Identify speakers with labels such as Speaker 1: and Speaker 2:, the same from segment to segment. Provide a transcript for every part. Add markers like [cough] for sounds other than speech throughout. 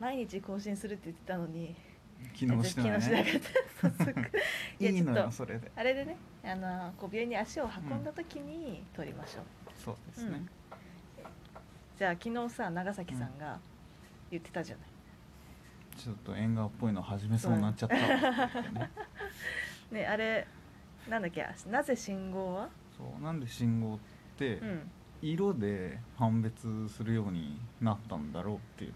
Speaker 1: 毎日更新するって言ってたのに
Speaker 2: 機能してな
Speaker 1: 機能
Speaker 2: い
Speaker 1: しな
Speaker 2: ね
Speaker 1: かった早速い
Speaker 2: い
Speaker 1: や
Speaker 2: い
Speaker 1: ちょ
Speaker 2: の
Speaker 1: っ
Speaker 2: よ
Speaker 1: と
Speaker 2: それで
Speaker 1: あれでねあのこう病院に足を運んだ時に撮りましょう、
Speaker 2: そうですね、
Speaker 1: じゃあ昨日さ長崎さんが言ってたじゃない、
Speaker 2: ちょっと縁側っぽいの始めそうになっちゃったわって言ってね
Speaker 1: ねあれなんだっけなぜ信号は、
Speaker 2: そうなんで信号って
Speaker 1: うん、
Speaker 2: 色で判別するようになったんだろうっていう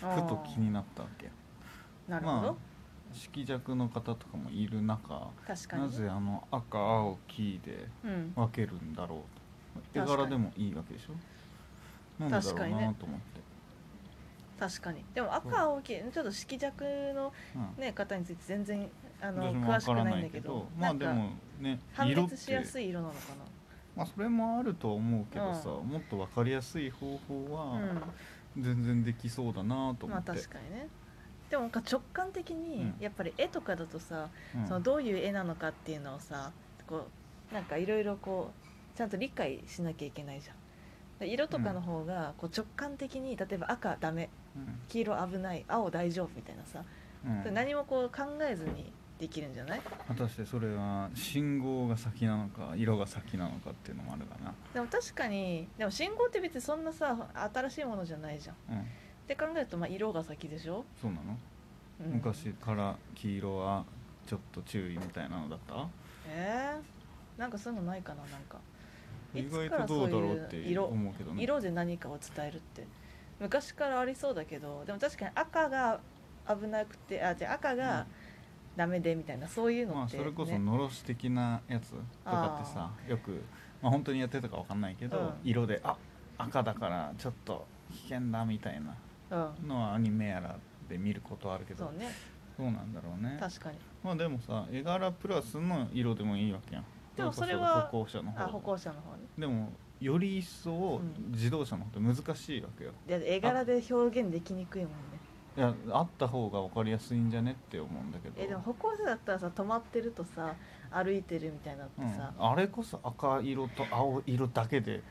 Speaker 2: のがふと気になったわけよ
Speaker 1: あーなるほど、
Speaker 2: まあ色弱の方とかもいる中
Speaker 1: 確かに
Speaker 2: なぜあの赤青黄で
Speaker 1: うん、
Speaker 2: 分けるんだろうと絵
Speaker 1: 確か
Speaker 2: 柄
Speaker 1: に
Speaker 2: でもいいわけでしょなんでだろ
Speaker 1: 確
Speaker 2: う
Speaker 1: かに
Speaker 2: な
Speaker 1: ね
Speaker 2: と思って、
Speaker 1: 確かにでも
Speaker 2: そう
Speaker 1: 赤青黄ちょっと色弱の、
Speaker 2: うん
Speaker 1: ね、方について全然あの
Speaker 2: 私も
Speaker 1: 詳
Speaker 2: わ
Speaker 1: し
Speaker 2: か
Speaker 1: く
Speaker 2: ら
Speaker 1: な
Speaker 2: ない
Speaker 1: ん
Speaker 2: い
Speaker 1: だ
Speaker 2: け
Speaker 1: け
Speaker 2: ど
Speaker 1: ど
Speaker 2: まあ
Speaker 1: なん
Speaker 2: で
Speaker 1: か
Speaker 2: もね
Speaker 1: 判
Speaker 2: 色っ
Speaker 1: 別しや
Speaker 2: て
Speaker 1: すい色なのか
Speaker 2: まあそれもあるとは思うけどさ、もっと分かりやすい方法
Speaker 1: な、
Speaker 2: は
Speaker 1: うん、
Speaker 2: 全然できそうだなと思
Speaker 1: まあ
Speaker 2: って、
Speaker 1: 確かにねでもなんか直感的に
Speaker 2: うん
Speaker 1: やっぱり絵とかだとさ、
Speaker 2: うん
Speaker 1: そのどういう絵なのかっていうのをさこうなんかいろいろこうちゃんと理解しなきゃいけないじゃんで色とかの方がこう直感的に例えば赤ダメ
Speaker 2: うん
Speaker 1: 黄色危ない青大丈夫みたいなさ、
Speaker 2: うん
Speaker 1: 何もこう考えずにできるんじゃない
Speaker 2: 果たしてそれは信号が先なのか色が先なのかっていうのもあるだな、
Speaker 1: でも確かにでも信号って別にそんなさ新しいものじゃないじゃんっ
Speaker 2: うん、
Speaker 1: て考えるとまあ色が先でしょ、
Speaker 2: そうなの、
Speaker 1: うん、
Speaker 2: 昔から黄色はちょっと注意みたいなのだった
Speaker 1: えー、なんかそういうのないかななんかい
Speaker 2: 意
Speaker 1: つ
Speaker 2: 外
Speaker 1: から
Speaker 2: とど
Speaker 1: そう
Speaker 2: うだろ
Speaker 1: いう
Speaker 2: って
Speaker 1: う色
Speaker 2: 思うけどね
Speaker 1: 色で何かを伝えるって昔からありそうだけどでも確かに赤が危なくてあじゃあ赤
Speaker 2: うん
Speaker 1: がダメでみたいなそういう
Speaker 2: ま
Speaker 1: の
Speaker 2: あ
Speaker 1: って、
Speaker 2: そ
Speaker 1: ね
Speaker 2: れこそのろし的なやつとかってさよく、まあ本当にやってたかわかんないけど、
Speaker 1: うん
Speaker 2: 色であ赤だからちょっと危険だみたいな
Speaker 1: うん、
Speaker 2: のはアニメやらで見ることあるけど
Speaker 1: そうね
Speaker 2: そうなんだろうね
Speaker 1: 確かに
Speaker 2: まあでもさ絵柄プラスの色でもいいわけやん
Speaker 1: でもそれ
Speaker 2: れ
Speaker 1: は
Speaker 2: こそ歩行者の
Speaker 1: あ
Speaker 2: 方
Speaker 1: 歩行者の方ね
Speaker 2: でもより一層
Speaker 1: うん
Speaker 2: 自動車の方って難しいわけよ、
Speaker 1: で絵柄で表現できにくいもんね
Speaker 2: いやあった方が分かりやすいんじゃねって思うんだけど
Speaker 1: えでも歩行者だったらさ止まってるとさ歩いてるみたいなのってさ、
Speaker 2: うん、あれこそ赤色と青色だけで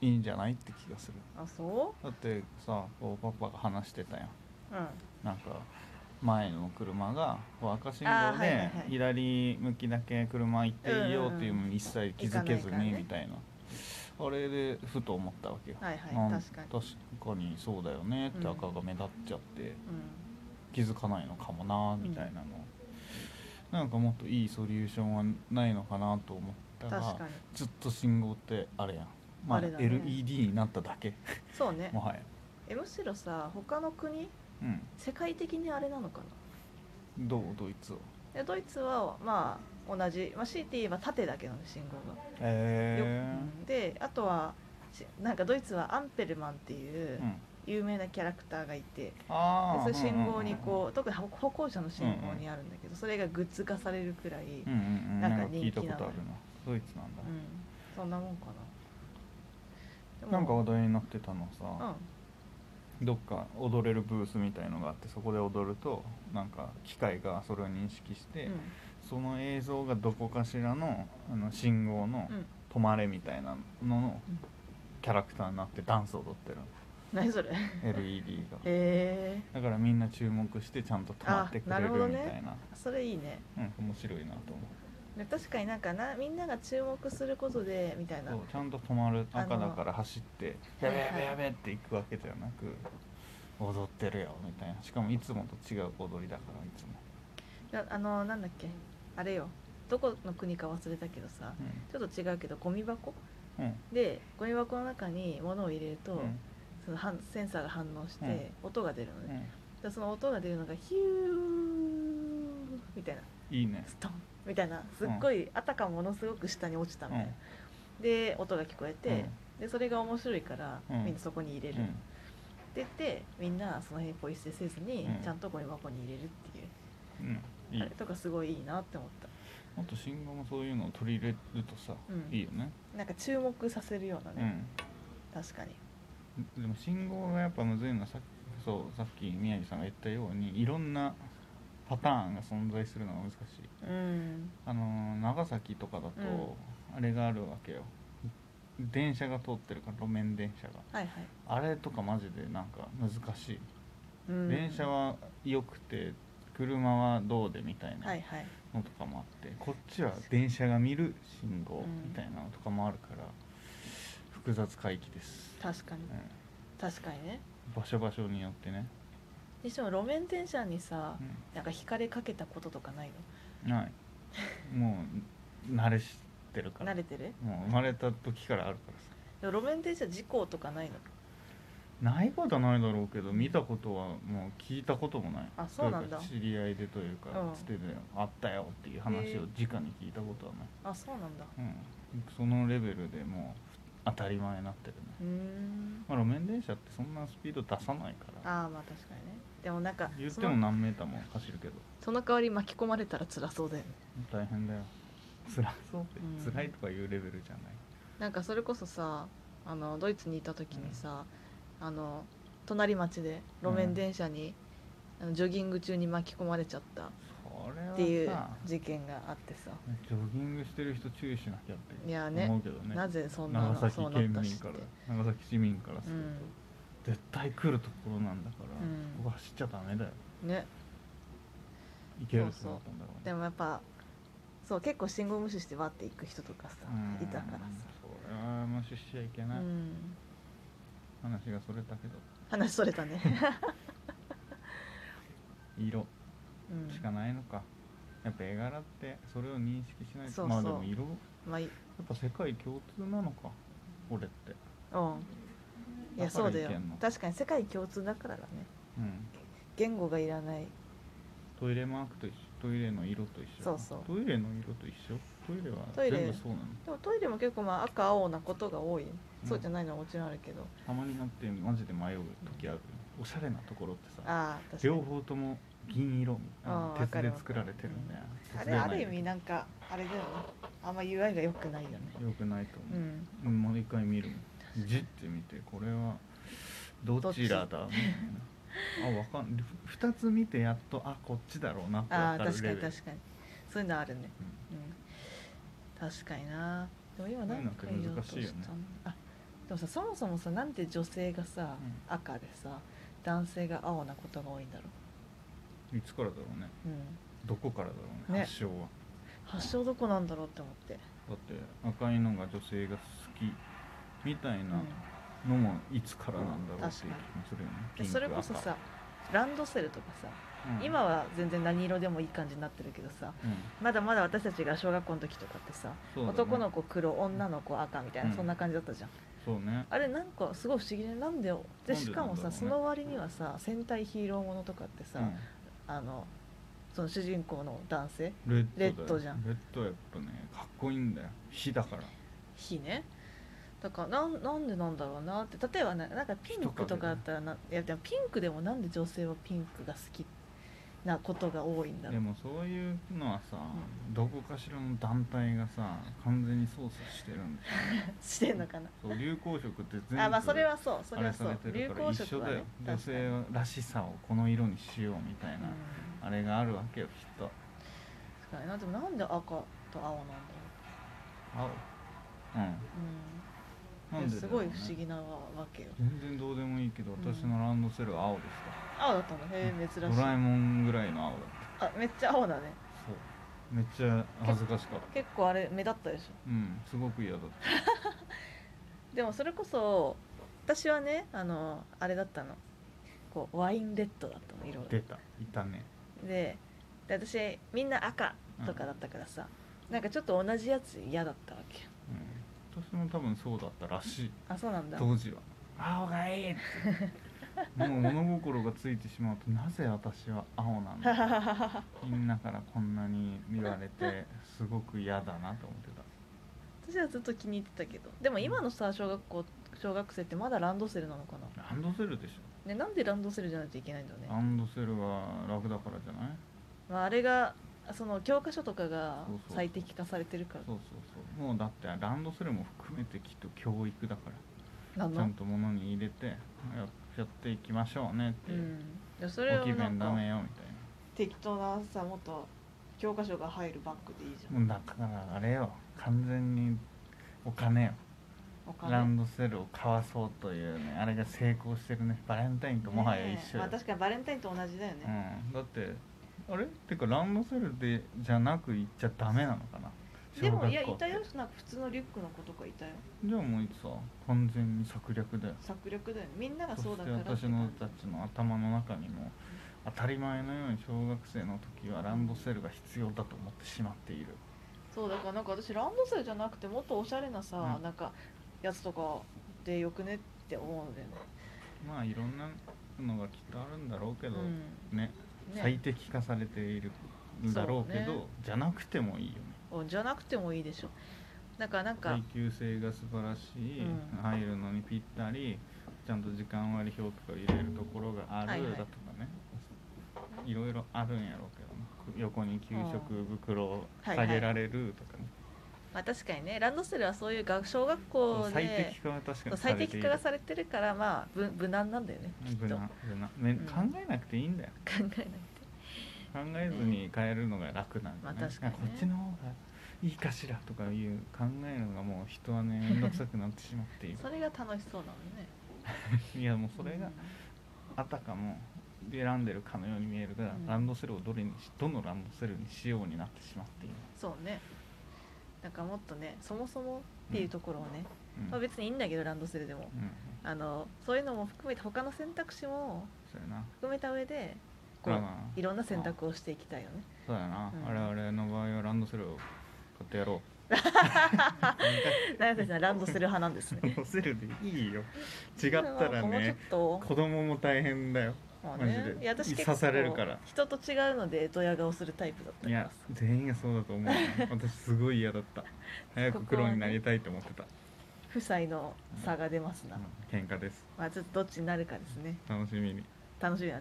Speaker 2: いいんじゃないって気がする
Speaker 1: あそ
Speaker 2: だってさこうパパが話してたやん
Speaker 1: ううん
Speaker 2: なんか前の車がこう赤信
Speaker 1: あー
Speaker 2: 号
Speaker 1: はいはい
Speaker 2: で
Speaker 1: はい
Speaker 2: 左向きだけ車行っていいよっていう
Speaker 1: うん
Speaker 2: のに一切気づけず
Speaker 1: 行かない
Speaker 2: に
Speaker 1: からね
Speaker 2: みたいなあれでふと思ったわけよ、
Speaker 1: はいはい
Speaker 2: なん
Speaker 1: 確かに
Speaker 2: 確かにそうだよねって
Speaker 1: うん
Speaker 2: 赤が目立っちゃって
Speaker 1: うん
Speaker 2: 気づかないのかもなみたいなの、なんかもっといいソリューションはないのかなと思ったら
Speaker 1: 確かに
Speaker 2: ずっと信号ってあれやん、まあ
Speaker 1: あれだね
Speaker 2: LED になっただけ
Speaker 1: そうね
Speaker 2: もはや
Speaker 1: えむしろさ他の国
Speaker 2: うん
Speaker 1: 世界的にあれなのかな
Speaker 2: どうドイツを
Speaker 1: でドイツはまあ同じ、まあ、強いて言えば縦だけなの信号が、よ
Speaker 2: え
Speaker 1: うんであとはしなんかドイツはアンペルマンってい
Speaker 2: え
Speaker 1: う
Speaker 2: うん
Speaker 1: 有名なキャラクターがいて、
Speaker 2: ああ
Speaker 1: でそういう信号にこう特に歩歩行者の信号にあるんだけど、それがグッズ化されるくらい、うん
Speaker 2: うんうんうん、
Speaker 1: な
Speaker 2: なん
Speaker 1: んか
Speaker 2: か聞い
Speaker 1: 人気
Speaker 2: たこ
Speaker 1: なの
Speaker 2: とあるなドイツなんだ、
Speaker 1: そんなもんかなでも
Speaker 2: なんか話題になってたのさ、
Speaker 1: う
Speaker 2: どっか踊れるブースみたいのがあってそこで踊るとなんか機械がそれを認識して、
Speaker 1: ん、
Speaker 2: その映像がどこかしらのあの信号の
Speaker 1: うんうん
Speaker 2: 「止まれ」みたいなのの
Speaker 1: うん
Speaker 2: キャラクターになってダンス踊ってる
Speaker 1: 何それ
Speaker 2: LED が
Speaker 1: え
Speaker 2: だからみんな注目してちゃんと止まってくれ
Speaker 1: あ
Speaker 2: る
Speaker 1: なるほど
Speaker 2: み
Speaker 1: ね
Speaker 2: たいな
Speaker 1: ー、それいいね
Speaker 2: うん、面白いなと思う
Speaker 1: で確かになんかなみんなが注目することでみたいな
Speaker 2: そうちゃんと止まる
Speaker 1: あの
Speaker 2: 赤だから走って「
Speaker 1: は
Speaker 2: や
Speaker 1: い
Speaker 2: べ
Speaker 1: はい
Speaker 2: やべやべ」って行くわけではなく踊ってるよみたいなしかもいつもと違う踊りだからいつも、
Speaker 1: なあのなんだっけあれよどこの国か忘れたけどさちょっと違うけどゴミ箱
Speaker 2: うんうん
Speaker 1: でゴミ箱の中に物を入れると、
Speaker 2: うん
Speaker 1: その反センサーが反応して、音が出るの
Speaker 2: う
Speaker 1: ね、
Speaker 2: ん
Speaker 1: でその音が出るのがヒューみたいない
Speaker 2: いね
Speaker 1: ストンみたいなすっごい、あたかもものすごく下に落ちたみたいな、で音が聞こえて、でそれが面白いから、
Speaker 2: うん
Speaker 1: みんなそこに入れる、
Speaker 2: うん
Speaker 1: って言ってみんなその辺ポイ捨てせずに、
Speaker 2: うん
Speaker 1: ちゃんとゴミ箱に入れるっていう
Speaker 2: うんうんいい
Speaker 1: あれとかすごいいいなって思った
Speaker 2: もっと信号もそういうのを取り入れるとさ、
Speaker 1: うん
Speaker 2: いいよね、
Speaker 1: なんか注目させるような
Speaker 2: う
Speaker 1: ね、
Speaker 2: ん、
Speaker 1: 確かに
Speaker 2: でも信号がやっぱむずいのはさそうさっき宮城さんが言ったようにいろんなパターンが存在するのが難しい
Speaker 1: うん
Speaker 2: あのー長崎とかだと、あれがあるわけよ電車が通ってるから路面電車が
Speaker 1: はいはい
Speaker 2: あれとかマジでなんか難しい
Speaker 1: うん
Speaker 2: 電車は良くて車はどうでみたいな
Speaker 1: はいはい
Speaker 2: のとかもあって、こっちは電車が見る信号
Speaker 1: うん
Speaker 2: みたいなのとかもあるから、複雑回帰です、
Speaker 1: 確かに
Speaker 2: う
Speaker 1: 確かにね
Speaker 2: ん、場所場所によってね、
Speaker 1: にしても路面電車にさ
Speaker 2: う
Speaker 1: なんか惹かれかけたこととかないの
Speaker 2: ん、ないもう慣れしてるから
Speaker 1: 慣れてる
Speaker 2: もう生まれた時からあるからさ
Speaker 1: でも路面電車事故とかないの
Speaker 2: ないことはないだろうけど見たことはもう聞いたこともない
Speaker 1: あそうなんだ
Speaker 2: といか知り合いでというか
Speaker 1: うん
Speaker 2: つてであったよっていう話
Speaker 1: へえ
Speaker 2: を直に聞いたことはない、
Speaker 1: あそうなんだ
Speaker 2: うん、そのレベルでもう当たり前になってるね、
Speaker 1: うーん
Speaker 2: まあ、路面電車ってそんなスピード出さないから
Speaker 1: ああまあ確かにねでもなんか
Speaker 2: 言って
Speaker 1: そ
Speaker 2: も
Speaker 1: の
Speaker 2: 何メーターも走るけど
Speaker 1: その代わり巻き込まれたら辛そうだよね
Speaker 2: 大変だよ辛そうって、
Speaker 1: うん
Speaker 2: 辛いとかいうレベルじゃない
Speaker 1: なんかそれこそさあのドイツにいた時にさ、あの隣町で路面電車に、あのジョギング中に巻き込まれちゃったっ
Speaker 2: そ
Speaker 1: てい
Speaker 2: れ
Speaker 1: う
Speaker 2: はさ
Speaker 1: 事件があってさ
Speaker 2: ジョギングしてる人注意しなきゃって
Speaker 1: いやね
Speaker 2: 思うけどね
Speaker 1: なぜそんな
Speaker 2: 長
Speaker 1: の
Speaker 2: 崎
Speaker 1: そうなっ
Speaker 2: 県
Speaker 1: たし
Speaker 2: 民
Speaker 1: って
Speaker 2: から長崎市民からすると、
Speaker 1: うん
Speaker 2: 絶対来るところなんだから、
Speaker 1: うん
Speaker 2: ここ走っちゃダメだよ
Speaker 1: ね
Speaker 2: 行ける
Speaker 1: そう
Speaker 2: と
Speaker 1: そう
Speaker 2: 思ったんだろうね
Speaker 1: でもやっぱそう結構信号無視してわって行く人とかさ
Speaker 2: うん
Speaker 1: いたから
Speaker 2: それは無視しちゃいけ
Speaker 1: さ、
Speaker 2: な
Speaker 1: う
Speaker 2: い、
Speaker 1: ん、
Speaker 2: 話がそれたけど
Speaker 1: 話それた
Speaker 2: [laughs]
Speaker 1: ね、
Speaker 2: 色
Speaker 1: うん
Speaker 2: しかないのか、やっぱ絵柄ってそれを認識しないと
Speaker 1: そうそう
Speaker 2: まあでも色や
Speaker 1: まあいい
Speaker 2: っぱ世界共通なのか俺って
Speaker 1: うんいや
Speaker 2: だか
Speaker 1: そ
Speaker 2: ら
Speaker 1: うだよ
Speaker 2: いけんの
Speaker 1: 確かに世界共通だからだね
Speaker 2: うん
Speaker 1: 言語がいらない
Speaker 2: トイレマークと一緒トイレの色と一緒
Speaker 1: そうそう
Speaker 2: トイレの色と一緒トイレは
Speaker 1: トイレ
Speaker 2: 全部そうなの
Speaker 1: でもトイレも結構まあ赤青なことが多い、
Speaker 2: ん
Speaker 1: そうじゃないのはもちろんあるけど
Speaker 2: たまになってマジで迷う時あるよねおしゃれなところってさ
Speaker 1: ああ確か
Speaker 2: 両
Speaker 1: に
Speaker 2: 方とも銀色みたい
Speaker 1: あー
Speaker 2: な
Speaker 1: わか
Speaker 2: 鉄
Speaker 1: る
Speaker 2: で作られてるんだよ
Speaker 1: あ
Speaker 2: 鉄
Speaker 1: れ
Speaker 2: では
Speaker 1: あ
Speaker 2: な
Speaker 1: る
Speaker 2: い
Speaker 1: 意味なんかあれだよねあんま UI が良くないよね
Speaker 2: 良くないと
Speaker 1: う
Speaker 2: 思う、
Speaker 1: ん
Speaker 2: うん、もう一回見るもんじって見てこれはどちらだみたいなあわかん2つ見てやっとあこっちだろうなって
Speaker 1: あ
Speaker 2: わ
Speaker 1: あ
Speaker 2: かる
Speaker 1: 確か
Speaker 2: レ
Speaker 1: に
Speaker 2: ベル
Speaker 1: 確かにそういうのあるねうん確かになでも今何か言おうとした
Speaker 2: そういうのって難しいよ
Speaker 1: あでもさそもそもさなんで女性がさ、
Speaker 2: う
Speaker 1: 赤でさ男性が青なことが多いんだろ
Speaker 2: うんいつからだろうね
Speaker 1: う、うん、
Speaker 2: どこからだろうね
Speaker 1: ね
Speaker 2: 発祥は
Speaker 1: 発祥どこなんだろうって思って
Speaker 2: だって赤いのが女性が好きみたいなのもいつからなんだろうっていう気もするよね
Speaker 1: う
Speaker 2: ピ
Speaker 1: ん、
Speaker 2: ンク
Speaker 1: それこそさランドセルとかさ、
Speaker 2: 赤うん
Speaker 1: 今は全然何色でもいい感じになってるけどさ
Speaker 2: うん
Speaker 1: まだまだ私たちが小学校の時とかってさ、
Speaker 2: そうだね
Speaker 1: 男の子黒女の子赤みたいな、
Speaker 2: うん
Speaker 1: そんな感じだったじゃん
Speaker 2: そうね
Speaker 1: あれなんかすごい不思議でなんでよで
Speaker 2: なん
Speaker 1: し
Speaker 2: で
Speaker 1: か
Speaker 2: なんだろう
Speaker 1: も
Speaker 2: ね
Speaker 1: さ、その割にはさ戦隊ヒーローものとかってさ、
Speaker 2: うん
Speaker 1: あのその主人公の男性
Speaker 2: レッドだよ
Speaker 1: レッドじゃん
Speaker 2: レッドはやっぱねかっこいいんだよ火だから
Speaker 1: 火ねだからなんなんでなんだろうなって例えばななんかピンクとかだったらないやでもピンクでもなんで女性はピンクが好きなことが多いんだろ
Speaker 2: で
Speaker 1: う
Speaker 2: もそういうのはさ、
Speaker 1: う
Speaker 2: どこかしらの団体がさ完全に操作してるんです
Speaker 1: [laughs]
Speaker 2: よ
Speaker 1: してんのかな
Speaker 2: そう流行色って全
Speaker 1: あまあそれはそうそ
Speaker 2: あ
Speaker 1: れ
Speaker 2: れ
Speaker 1: はそ
Speaker 2: され
Speaker 1: う
Speaker 2: て
Speaker 1: 流
Speaker 2: るから
Speaker 1: 行
Speaker 2: 一緒
Speaker 1: 色は
Speaker 2: だよ、
Speaker 1: ね
Speaker 2: 女
Speaker 1: 確かに
Speaker 2: 性らしさをこの色にしようみたいな、あれがあるわけよきっと
Speaker 1: 確かになでもなんで赤と青なんだろ
Speaker 2: 青うん
Speaker 1: う、うん、
Speaker 2: なんでだろうね
Speaker 1: すごい不思議なわけよ
Speaker 2: 全然どうでもいいけど
Speaker 1: うん
Speaker 2: 私のランドセルは青でし
Speaker 1: 青だったんだへえ
Speaker 2: た、
Speaker 1: 珍しい
Speaker 2: ドラえもんぐらいの青だっ
Speaker 1: あめっちゃ青だね
Speaker 2: たそうめっちゃ恥ずかしかった
Speaker 1: 結構あれ目立ったでし
Speaker 2: うんすごく嫌だった
Speaker 1: ょでもそれこそ私はねあのあれだったのこうワインレッドだったの色が
Speaker 2: 出たいたね
Speaker 1: でで私みんな赤とかだったからさ、なんかちょっと同じやつ嫌だったわけよ
Speaker 2: うん私も多分そうだったらしい
Speaker 1: あそうなんだ [laughs]
Speaker 2: 当時は青がいいって [laughs] もう物心がついてしまうとなぜ私は青なん
Speaker 1: [laughs]
Speaker 2: だみんなからこんなに言われてすごく嫌だなと思ってた
Speaker 1: 私はずっと気に入ってたけどでも今のさ小学校小学生ってまだランドセルなのかな、
Speaker 2: ランドセルでし
Speaker 1: ね、なんでランドセルじゃないといけないんだろう
Speaker 2: ょ
Speaker 1: ね
Speaker 2: ランドセルは楽だからじゃない
Speaker 1: まあ、あれがその教科書とかが
Speaker 2: そうそう
Speaker 1: 最適化されてるから
Speaker 2: そうそうそうもうだってランドセルも含めてきっと教育だから
Speaker 1: な
Speaker 2: ちゃ
Speaker 1: の
Speaker 2: んと物に入れてややっていきましょうねって
Speaker 1: う
Speaker 2: い
Speaker 1: ん
Speaker 2: う、
Speaker 1: でそれ
Speaker 2: ご
Speaker 1: を
Speaker 2: 機
Speaker 1: な
Speaker 2: 嫌
Speaker 1: ん
Speaker 2: ダ
Speaker 1: か
Speaker 2: メよみたいな
Speaker 1: 適当なさもっと教科書が入るバッグでいいじゃん
Speaker 2: もうだからあれよ完全にお金よ
Speaker 1: お金
Speaker 2: ランドセルを買わそうというねあれが成功してるねバレンタインともはや一
Speaker 1: ねえ
Speaker 2: 緒よ
Speaker 1: まあ、確かにバレンタインと同じだよね、
Speaker 2: うん、だってあれってかランドセルでじゃなく行っちゃダメなのかな
Speaker 1: でも
Speaker 2: 小学校
Speaker 1: いやいたよ
Speaker 2: って
Speaker 1: なんか普通のリュックの子とかいたよ
Speaker 2: じゃあもういつさ完全に策略だよ
Speaker 1: 策略だよねみんなが
Speaker 2: そ
Speaker 1: そう
Speaker 2: し
Speaker 1: だ
Speaker 2: て
Speaker 1: から
Speaker 2: 私のたちの頭の中にも当たり前のように小学生の時はランドセルが必要だと思ってしまっている
Speaker 1: そうだからなんか私ランドセルじゃなくてもっとおしゃれなさ、
Speaker 2: うん
Speaker 1: なんかやつとかでよくねって思うんだよね,、
Speaker 2: まあいろんなのがきっとあるんだろうけど、
Speaker 1: うん、
Speaker 2: ね
Speaker 1: ね
Speaker 2: 最適化されているんだろうけど
Speaker 1: そうね
Speaker 2: じゃなくてもいいよね
Speaker 1: うんじゃなくてもいいでしょなんかなんか
Speaker 2: 耐久性が素晴らしい、
Speaker 1: うん
Speaker 2: 入るのにぴったりちゃんと時間割表とか入れるところがある
Speaker 1: はいはい
Speaker 2: だとかね、いろいろあるんやろうけどな横に給食袋を
Speaker 1: はい
Speaker 2: 下げられるとかね、
Speaker 1: まあ、確かにねランドセルはそういう学小学校
Speaker 2: 最
Speaker 1: で
Speaker 2: 適化は確か
Speaker 1: そう
Speaker 2: に
Speaker 1: 最
Speaker 2: されて
Speaker 1: 適
Speaker 2: い
Speaker 1: 化
Speaker 2: る
Speaker 1: がされてるからまあ無無難なんだよねきっと
Speaker 2: 無
Speaker 1: 考
Speaker 2: 難無難、ね
Speaker 1: うん
Speaker 2: 考えなくていい
Speaker 1: [laughs]
Speaker 2: んだよ
Speaker 1: えないで
Speaker 2: 考えずに変えるのが楽なんだ、ね
Speaker 1: まあ確かにね
Speaker 2: あこっちの方がいいかしらとかいう考えるのがもう人はね面倒くさくなってしまっている
Speaker 1: [laughs] それが楽しそうなのね
Speaker 2: いやもうそれがあたかも選んでるかのように見えるが、
Speaker 1: うん
Speaker 2: ランドセルをどれにしどのランドセルにしようになってしまっている、
Speaker 1: そうねなんかもっとねそもそもっていうところをね、
Speaker 2: うん
Speaker 1: まあ、別にいいんだけどランドセルでも
Speaker 2: うん、
Speaker 1: あのそういうのも含めて他の選択肢も
Speaker 2: そうやな
Speaker 1: 含めた上でこ
Speaker 2: まあ
Speaker 1: う
Speaker 2: ま
Speaker 1: い
Speaker 2: あ
Speaker 1: ろんな選択をしていきたいよね
Speaker 2: そうやな、
Speaker 1: うん
Speaker 2: 我々の場合はランドセルを買って
Speaker 1: [laughs]
Speaker 2: やろ
Speaker 1: 奈良さんランドセル派なんです
Speaker 2: うラ
Speaker 1: ね
Speaker 2: ンドセルでいいよ違ったら
Speaker 1: もうちょっ
Speaker 2: ね
Speaker 1: と
Speaker 2: 子供も大変だよ
Speaker 1: まあ
Speaker 2: マジ
Speaker 1: ね
Speaker 2: で
Speaker 1: いや私結
Speaker 2: 刺されるか
Speaker 1: 構
Speaker 2: ら
Speaker 1: 人と違うのでドヤ顔するタイプだった
Speaker 2: い
Speaker 1: から
Speaker 2: や全員がそうだと思 [laughs] うな私すごい嫌だった早く黒になりたいと思ってた、
Speaker 1: 夫妻の差が出ますな、
Speaker 2: うん喧嘩です
Speaker 1: まあちょっとどっちになるかですね
Speaker 2: 楽しみに
Speaker 1: 楽しみだね